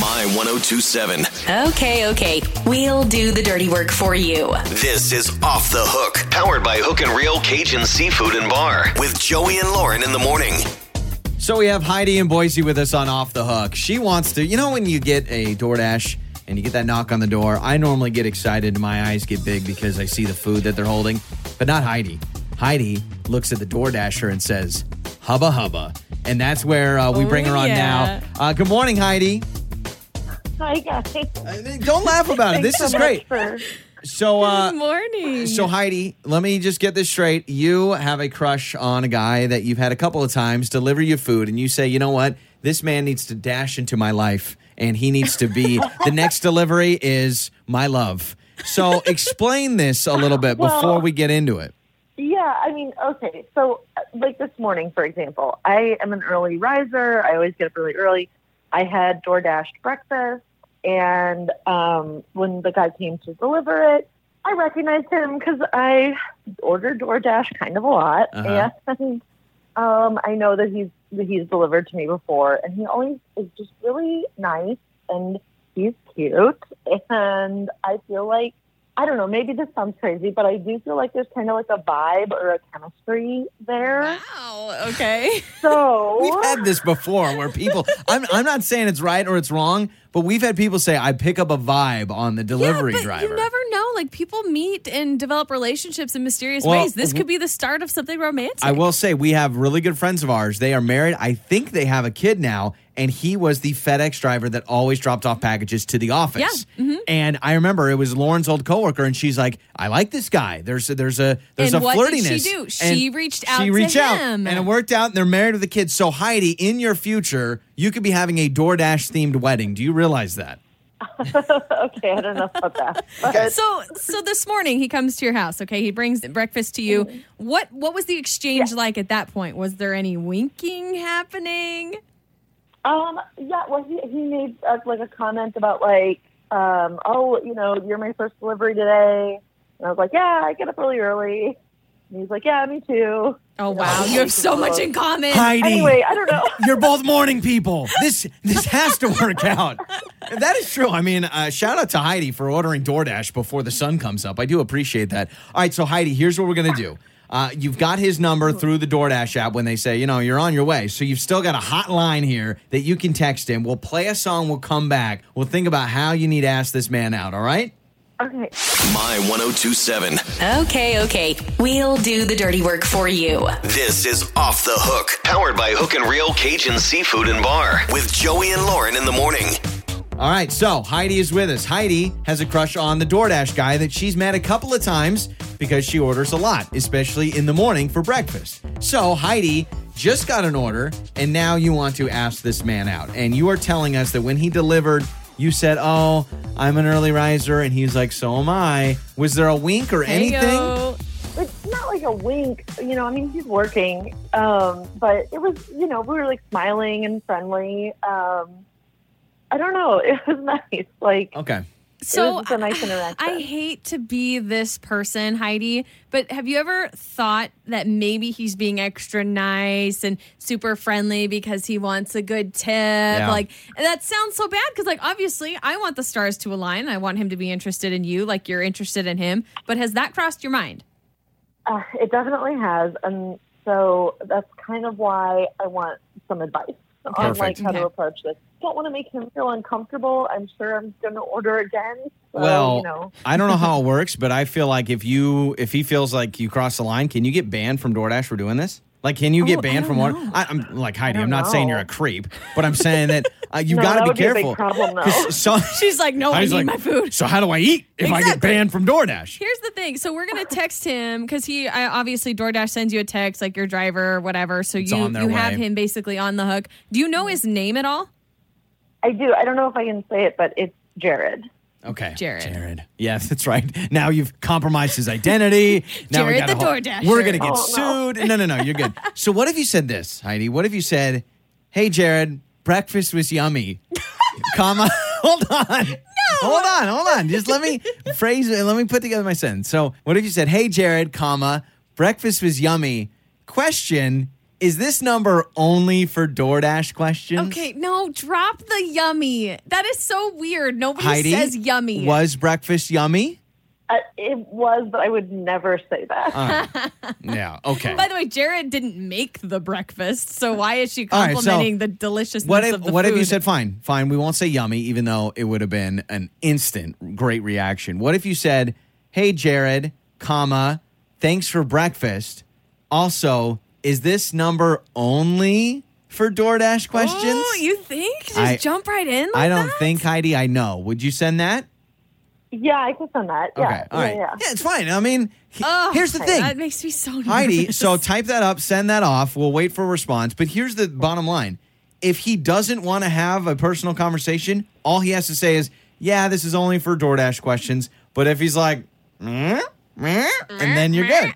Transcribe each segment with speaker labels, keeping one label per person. Speaker 1: My 1027.
Speaker 2: Okay, okay. We'll do the dirty work for you.
Speaker 1: This is Off the Hook, powered by Hook and Reel Cajun Seafood and Bar with Joey and Lauren in the morning.
Speaker 3: So we have Heidi in Boise with us on Off the Hook. She wants to, you know, when you get a DoorDash and you get that knock on the door, I normally get excited and my eyes get big because I see the food that they're holding, but not Heidi. Heidi looks at the DoorDasher and says, Hubba Hubba. And that's where uh, we bring her on
Speaker 4: Oh,
Speaker 3: now.
Speaker 4: yeah.
Speaker 3: Uh, good morning, Heidi.
Speaker 5: Hi guys.
Speaker 3: I mean, Uh, Don't laugh about it. This is great.
Speaker 5: For,
Speaker 3: So, uh,
Speaker 4: Good morning.
Speaker 3: so Heidi, let me just get this straight. You have a crush on a guy that you've had a couple of times deliver you food, and you say, you know what? This man needs to dash into my life, and he needs to be the next delivery is my love. So explain this a little bit
Speaker 5: Well-
Speaker 3: before we get into it.
Speaker 5: yeah, I mean, okay. So, uh, like this morning, for example, I am an early riser. I always get up really early. I had door dashed breakfast, and um, when the guy came to deliver it, I recognized him because I order DoorDash kind of a lot,
Speaker 3: Uh-huh.
Speaker 5: and um, I know that he's that he's delivered to me before, and he always is just really nice, and he's cute, and I feel like I don't know, maybe this sounds crazy, but I do feel like there's kind of like a vibe or a chemistry there.
Speaker 4: wow. Oh, Okay.
Speaker 5: So
Speaker 3: We've had this before where people, I'm, I'm not saying it's right or it's wrong, but we've had people say, I pick up a vibe on the delivery
Speaker 4: yeah, but
Speaker 3: driver.
Speaker 4: you never know. Like people meet and develop relationships in mysterious
Speaker 3: Well,
Speaker 4: ways. This
Speaker 3: w-
Speaker 4: could be the start of something romantic.
Speaker 3: I will say we have really good friends of ours. They are married. I think they have a kid now, and he was the FedEx driver that always dropped off packages to the office.
Speaker 4: mm-hmm.
Speaker 3: And I remember it was Lauren's old coworker, and she's like, "I like this guy. There's a, there's a there's
Speaker 4: And
Speaker 3: a
Speaker 4: what did she
Speaker 3: flirtiness."
Speaker 4: do?
Speaker 3: And
Speaker 4: She reached out
Speaker 3: She
Speaker 4: to
Speaker 3: reached out,
Speaker 4: him.
Speaker 3: and it worked out. And they're married with a kid. So Heidi, in your future, you could be having a DoorDash themed wedding. Do you realize that?
Speaker 5: okay, I don't know about that. But
Speaker 4: So, so this morning he comes to your house. Okay, he brings breakfast to you. What what was the exchange like at that point? Was there any winking happening?
Speaker 5: um, yeah, well, he he made uh, like a comment about like, um, oh, you know, you're my first delivery today, and I was like, yeah, I get up really early. And he's like, yeah, me too.
Speaker 4: Oh wow, you have so much in common.
Speaker 3: Heidi.
Speaker 5: Anyway, I don't know.
Speaker 3: You're both morning people. This this has to work out. That is true. I mean, uh, shout out to Heidi for ordering DoorDash before the sun comes up. I do appreciate that. All right, so Heidi, here's what we're gonna do. Uh, you've got his number through the DoorDash app when they say, you know, you're on your way. So you've still got a hotline here that you can text him. We'll play a song. We'll come back. We'll think about how you need to ask this man out. All right.
Speaker 5: Okay.
Speaker 1: My 1027.
Speaker 2: Okay, okay. We'll do the dirty work for you.
Speaker 1: This is Off the Hook, powered by Hook and Reel Cajun Seafood and Bar with Joey and Lauren in the morning.
Speaker 3: All right, so Heidi is with us. Heidi has a crush on the DoorDash guy that she's met a couple of times because she orders a lot, especially in the morning for breakfast. So Heidi just got an order, and now you want to ask this man out. And you are telling us that when he delivered, you said, Oh, I'm an early riser. And he's like, So am I. Was there a wink or anything?
Speaker 4: Heyo.
Speaker 5: it's not like a wink, you know. I mean, he's working, um, but it was, you know, we were like smiling and friendly. Um, I don't know. It was nice. Like,
Speaker 3: Okay.
Speaker 4: So
Speaker 5: just a nice interaction.
Speaker 4: I hate to be this person, Heidi, but have you ever thought that maybe he's being extra nice and super friendly because he wants a good tip? Like and that sounds so bad because like obviously I want the stars to align. I want him to be interested in you, like you're interested in him. But has that crossed your mind?
Speaker 5: uh, it definitely has, and so that's kind of why I want some advice on like
Speaker 3: Perfect.
Speaker 5: how
Speaker 4: Okay.
Speaker 5: to approach this. Don't want to make him feel uncomfortable. I'm sure I'm going to order again. So,
Speaker 3: Well,
Speaker 5: you know,
Speaker 3: I don't know how it works, but I feel like if you if he feels like you cross the line, can you get banned from DoorDash for doing this? Like, can you get
Speaker 4: Oh, I
Speaker 3: banned from
Speaker 4: don't
Speaker 3: order?
Speaker 4: know.
Speaker 3: I, I'm like Heidi.
Speaker 5: I
Speaker 3: I'm
Speaker 5: don't
Speaker 3: not saying
Speaker 5: know.
Speaker 3: you're a creep, but I'm saying that uh, you
Speaker 5: no,
Speaker 3: got
Speaker 5: that
Speaker 3: to
Speaker 5: would
Speaker 3: be careful.
Speaker 5: a big problem, though.
Speaker 3: 'Cause some-
Speaker 4: She's like, no, I,
Speaker 3: Heidi's
Speaker 4: need
Speaker 3: like,
Speaker 4: my food.
Speaker 3: So how do I eat if I get
Speaker 4: Exactly.
Speaker 3: banned from DoorDash?
Speaker 4: Here's the thing. So we're gonna text him because he I, obviously DoorDash sends you a text like your driver or whatever. So you
Speaker 3: on their
Speaker 4: you have
Speaker 3: way.
Speaker 4: him basically on the hook. Do you know his name at all?
Speaker 5: I do. I don't know if I can say it, but it's Jared.
Speaker 3: Okay,
Speaker 4: Jared.
Speaker 3: Jared. Yeah, that's right. Now you've compromised his identity. now we
Speaker 4: Jared
Speaker 3: gotta
Speaker 4: the
Speaker 3: hold-
Speaker 4: DoorDasher.
Speaker 3: We're gonna get
Speaker 5: Oh, no.
Speaker 3: sued. No, no, no. You're good. so what if you said this, Heidi? What if you said, "Hey, Jared, breakfast was yummy." comma. Hold on. No. Hold on. Hold on. Just let me phrase it. Let me put together my sentence. So what if you said, "Hey, Jared, comma, breakfast was yummy." Question. Is this number only for DoorDash questions?
Speaker 4: Okay, no, drop the yummy. That is so weird. Nobody
Speaker 3: Heidi
Speaker 4: says yummy.
Speaker 3: Was breakfast yummy?
Speaker 5: Uh, it was, but I would never say that.
Speaker 3: Uh. Yeah. Okay.
Speaker 4: By the way, Jared didn't make the breakfast, so why is she
Speaker 3: All right, so
Speaker 4: complimenting the deliciousness
Speaker 3: what if,
Speaker 4: of the
Speaker 3: what
Speaker 4: food?
Speaker 3: if you said fine fine we won't say yummy even though it would have been an instant great reaction what if you said hey jared comma thanks for breakfast also is this number only for doordash questions
Speaker 4: Oh, you think? Just
Speaker 3: I-
Speaker 4: jump right in. Like
Speaker 3: i don't
Speaker 4: that?
Speaker 3: think heidi i know would you send that
Speaker 5: yeah, I could send that. Yeah,
Speaker 3: okay all right
Speaker 5: yeah,
Speaker 3: yeah,
Speaker 5: yeah.
Speaker 3: it's fine i mean he-
Speaker 4: Oh,
Speaker 3: here's the thing
Speaker 4: That makes me so nervous.
Speaker 3: Heidi, so type that up, send that off. We'll wait for a response. But here's the bottom line if he doesn't want to have a personal conversation, all he has to say is, yeah, this is only for DoorDash questions. But if he's like, "Meh, meh," and then you're good.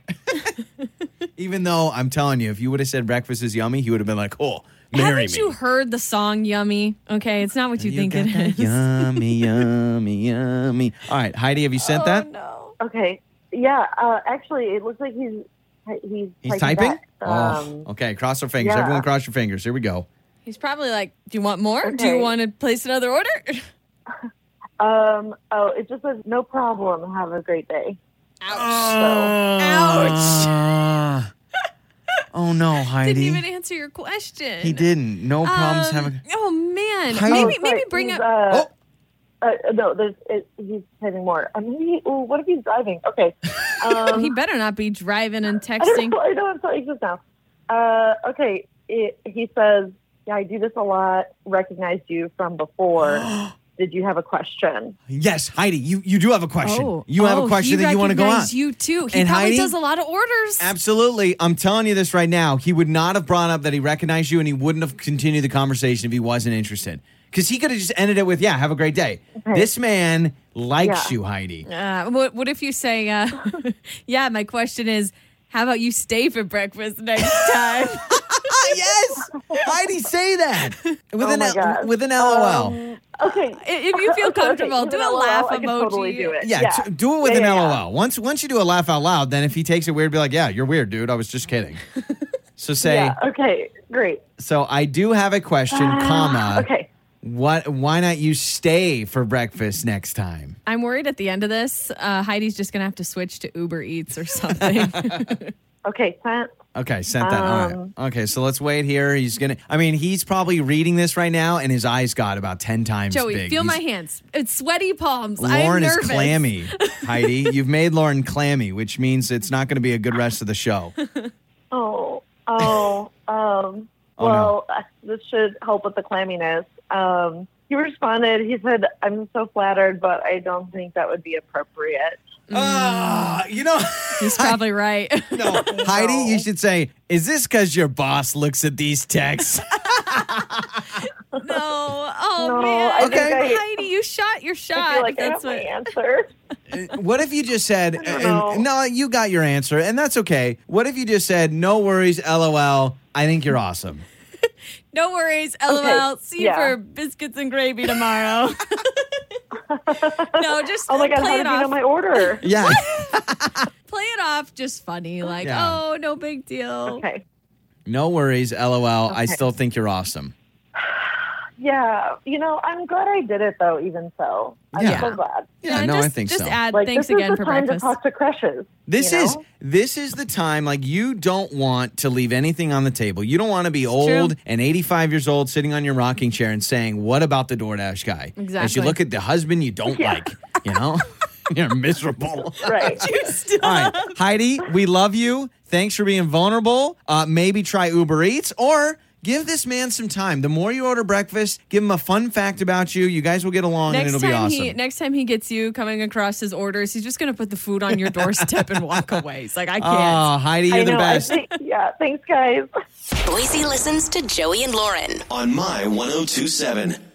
Speaker 3: Even though I'm telling you, if you would have said breakfast is yummy, he would have been like, oh, marry
Speaker 4: haven't
Speaker 3: me.
Speaker 4: you heard the song "Yummy"? Okay, it's not what you,
Speaker 3: You
Speaker 4: think
Speaker 3: got
Speaker 4: it
Speaker 3: that
Speaker 4: is.
Speaker 3: Yummy, yummy, yummy. All right, Heidi, have you
Speaker 5: Oh,
Speaker 3: sent that?
Speaker 4: Oh, No.
Speaker 5: Okay. Yeah. Uh, actually, it looks like he's he's,
Speaker 3: He's typing?
Speaker 5: back. Um,
Speaker 3: oh, okay, cross our fingers.
Speaker 5: yeah.
Speaker 3: Everyone cross your fingers. Here we go.
Speaker 4: He's probably like, "Do you want more? Do you
Speaker 5: Okay.
Speaker 4: want to place another order?"
Speaker 5: um. Oh, it just says no problem. Have a great day.
Speaker 3: Ouch. Ah. oh no, Heidi.
Speaker 4: Didn't even answer your question.
Speaker 3: he didn't. No problems
Speaker 4: Um,
Speaker 3: having.
Speaker 4: Oh man,
Speaker 3: Heidi-
Speaker 4: maybe
Speaker 5: Oh, sorry,
Speaker 4: maybe bring
Speaker 5: he's,
Speaker 4: up.
Speaker 5: Uh,
Speaker 3: Oh.
Speaker 5: Uh, no, there's it, he's typing more. Um, maybe. Ooh, what if he's driving? Okay. Um,
Speaker 4: He better not be driving and
Speaker 5: I don't
Speaker 4: texting.
Speaker 5: know. I know I'm so anxious now. Uh, okay. It, he says, "Yeah, I do this a lot. Recognized you from before. Did you have a question?"
Speaker 3: Yes, Heidi, you you do have a question.
Speaker 4: Oh,
Speaker 3: you have
Speaker 4: oh,
Speaker 3: a question
Speaker 4: he
Speaker 3: that you want to go on.
Speaker 4: recognized You too. He
Speaker 3: And
Speaker 4: probably
Speaker 3: Heidi-
Speaker 4: does a lot of orders.
Speaker 3: Absolutely. I'm telling you this right now. He would not have brought up that he recognized you and he wouldn't have continued the conversation if he wasn't interested. Because he could have just ended it with, yeah, have a great day. This man likes
Speaker 5: Yeah.
Speaker 3: you, Heidi.
Speaker 4: Uh, what, what if you say, uh, yeah, my question is, how about you stay for breakfast next time?
Speaker 3: Ah, yes. Heidi, say that. With,
Speaker 5: Oh
Speaker 3: an,
Speaker 5: my
Speaker 3: L-
Speaker 5: gosh.
Speaker 3: with an LOL.
Speaker 5: Um, okay.
Speaker 4: I- Uh, if you feel
Speaker 5: Okay,
Speaker 4: comfortable,
Speaker 5: with
Speaker 4: do
Speaker 5: an
Speaker 4: a
Speaker 5: LOL,
Speaker 4: laugh
Speaker 5: I
Speaker 4: emoji.
Speaker 5: can totally do it.
Speaker 3: Yeah, t- do it with an LOL. Once once you do a laugh out loud, then if he takes it weird, be like, "Yeah, you're weird, dude. I was just kidding." so say,
Speaker 5: Yeah. Okay. Great.
Speaker 3: "So I do have a question,
Speaker 4: Uh,
Speaker 3: comma.
Speaker 5: Okay.
Speaker 3: What? Why not you stay for breakfast next time?"
Speaker 4: I'm worried at the end of this, uh, Heidi's just going to have to switch to Uber Eats or something.
Speaker 5: Okay. Sent.
Speaker 3: Okay, sent that. All
Speaker 5: Um,
Speaker 3: right. Okay, so let's wait here. He's gonna. I mean, he's probably reading this right now, and his eyes got about ten times
Speaker 4: Joey,
Speaker 3: big.
Speaker 4: feel
Speaker 3: He's-
Speaker 4: my hands. It's sweaty palms. I'm
Speaker 3: Lauren is
Speaker 4: nervous.
Speaker 3: clammy, Heidi. You've made Lauren clammy, which means it's not going to be a good rest of the show.
Speaker 5: Oh. Oh. Um.
Speaker 3: Oh, no.
Speaker 5: well, uh, this should help with the clamminess. Um. He responded. He said, "I'm so flattered, but I don't think that would be appropriate."
Speaker 3: Ah, you know.
Speaker 4: He's probably right.
Speaker 3: No, Heidi, you should say, "Is this because your boss looks at these texts?"
Speaker 4: no. Oh,
Speaker 5: No,
Speaker 4: man.
Speaker 5: I
Speaker 3: think Okay.
Speaker 5: I-
Speaker 4: Heidi, you shot your shot.
Speaker 5: I feel like
Speaker 4: That's
Speaker 5: I have my
Speaker 4: what-
Speaker 5: answer.
Speaker 3: what if you just said,
Speaker 5: don't know.
Speaker 3: and- "No, you got your answer, and that's okay." What if you just said, "No worries, lol. I think you're awesome."
Speaker 4: No worries. LOL. See you
Speaker 5: yeah.
Speaker 4: for biscuits and gravy tomorrow. no, just uh,
Speaker 5: Oh my god!
Speaker 4: play
Speaker 5: How
Speaker 4: it
Speaker 5: did
Speaker 4: off.
Speaker 5: you know my order?
Speaker 3: Yeah,
Speaker 4: play it off just funny. Like,
Speaker 3: Yeah.
Speaker 4: oh, no big deal.
Speaker 5: Okay.
Speaker 3: no worries, lol. I still think you're awesome.
Speaker 5: Yeah. You know, I'm glad I did it though. Even so, I'm
Speaker 3: Yeah.
Speaker 5: so glad.
Speaker 3: Yeah,
Speaker 4: And
Speaker 3: no,
Speaker 4: just,
Speaker 3: I think
Speaker 4: just
Speaker 3: so.
Speaker 4: add
Speaker 5: Like
Speaker 4: thanks
Speaker 5: this
Speaker 4: again
Speaker 5: is
Speaker 4: for
Speaker 5: the time
Speaker 4: breakfast.
Speaker 5: to talk to crushes.
Speaker 3: This
Speaker 5: you
Speaker 3: is
Speaker 5: know?
Speaker 3: this is the time like you don't want to leave anything on the table. You don't want to be
Speaker 4: true.
Speaker 3: old and 85 years old sitting on your rocking chair and saying, "What about the DoorDash guy?" As
Speaker 4: Exactly.
Speaker 3: you look at the husband you don't
Speaker 5: Yeah.
Speaker 3: like, you know? You're miserable.
Speaker 5: right.
Speaker 3: All right, Heidi, we love you. Thanks for being vulnerable. Uh, maybe try Uber Eats or give this man some time. The more you order breakfast, give him a fun fact about you. You guys will get along and
Speaker 4: Next
Speaker 3: it'll be
Speaker 4: time
Speaker 3: awesome.
Speaker 4: he next time he gets you coming across his orders, he's just gonna put the food on your doorstep and walk away. It's like I can't.
Speaker 3: oh, Heidi, you're
Speaker 5: I
Speaker 3: the
Speaker 5: know.
Speaker 3: best.
Speaker 5: I think, yeah. Thanks, guys.
Speaker 2: Boise listens to Joey and Lauren.
Speaker 1: oh on My 1027.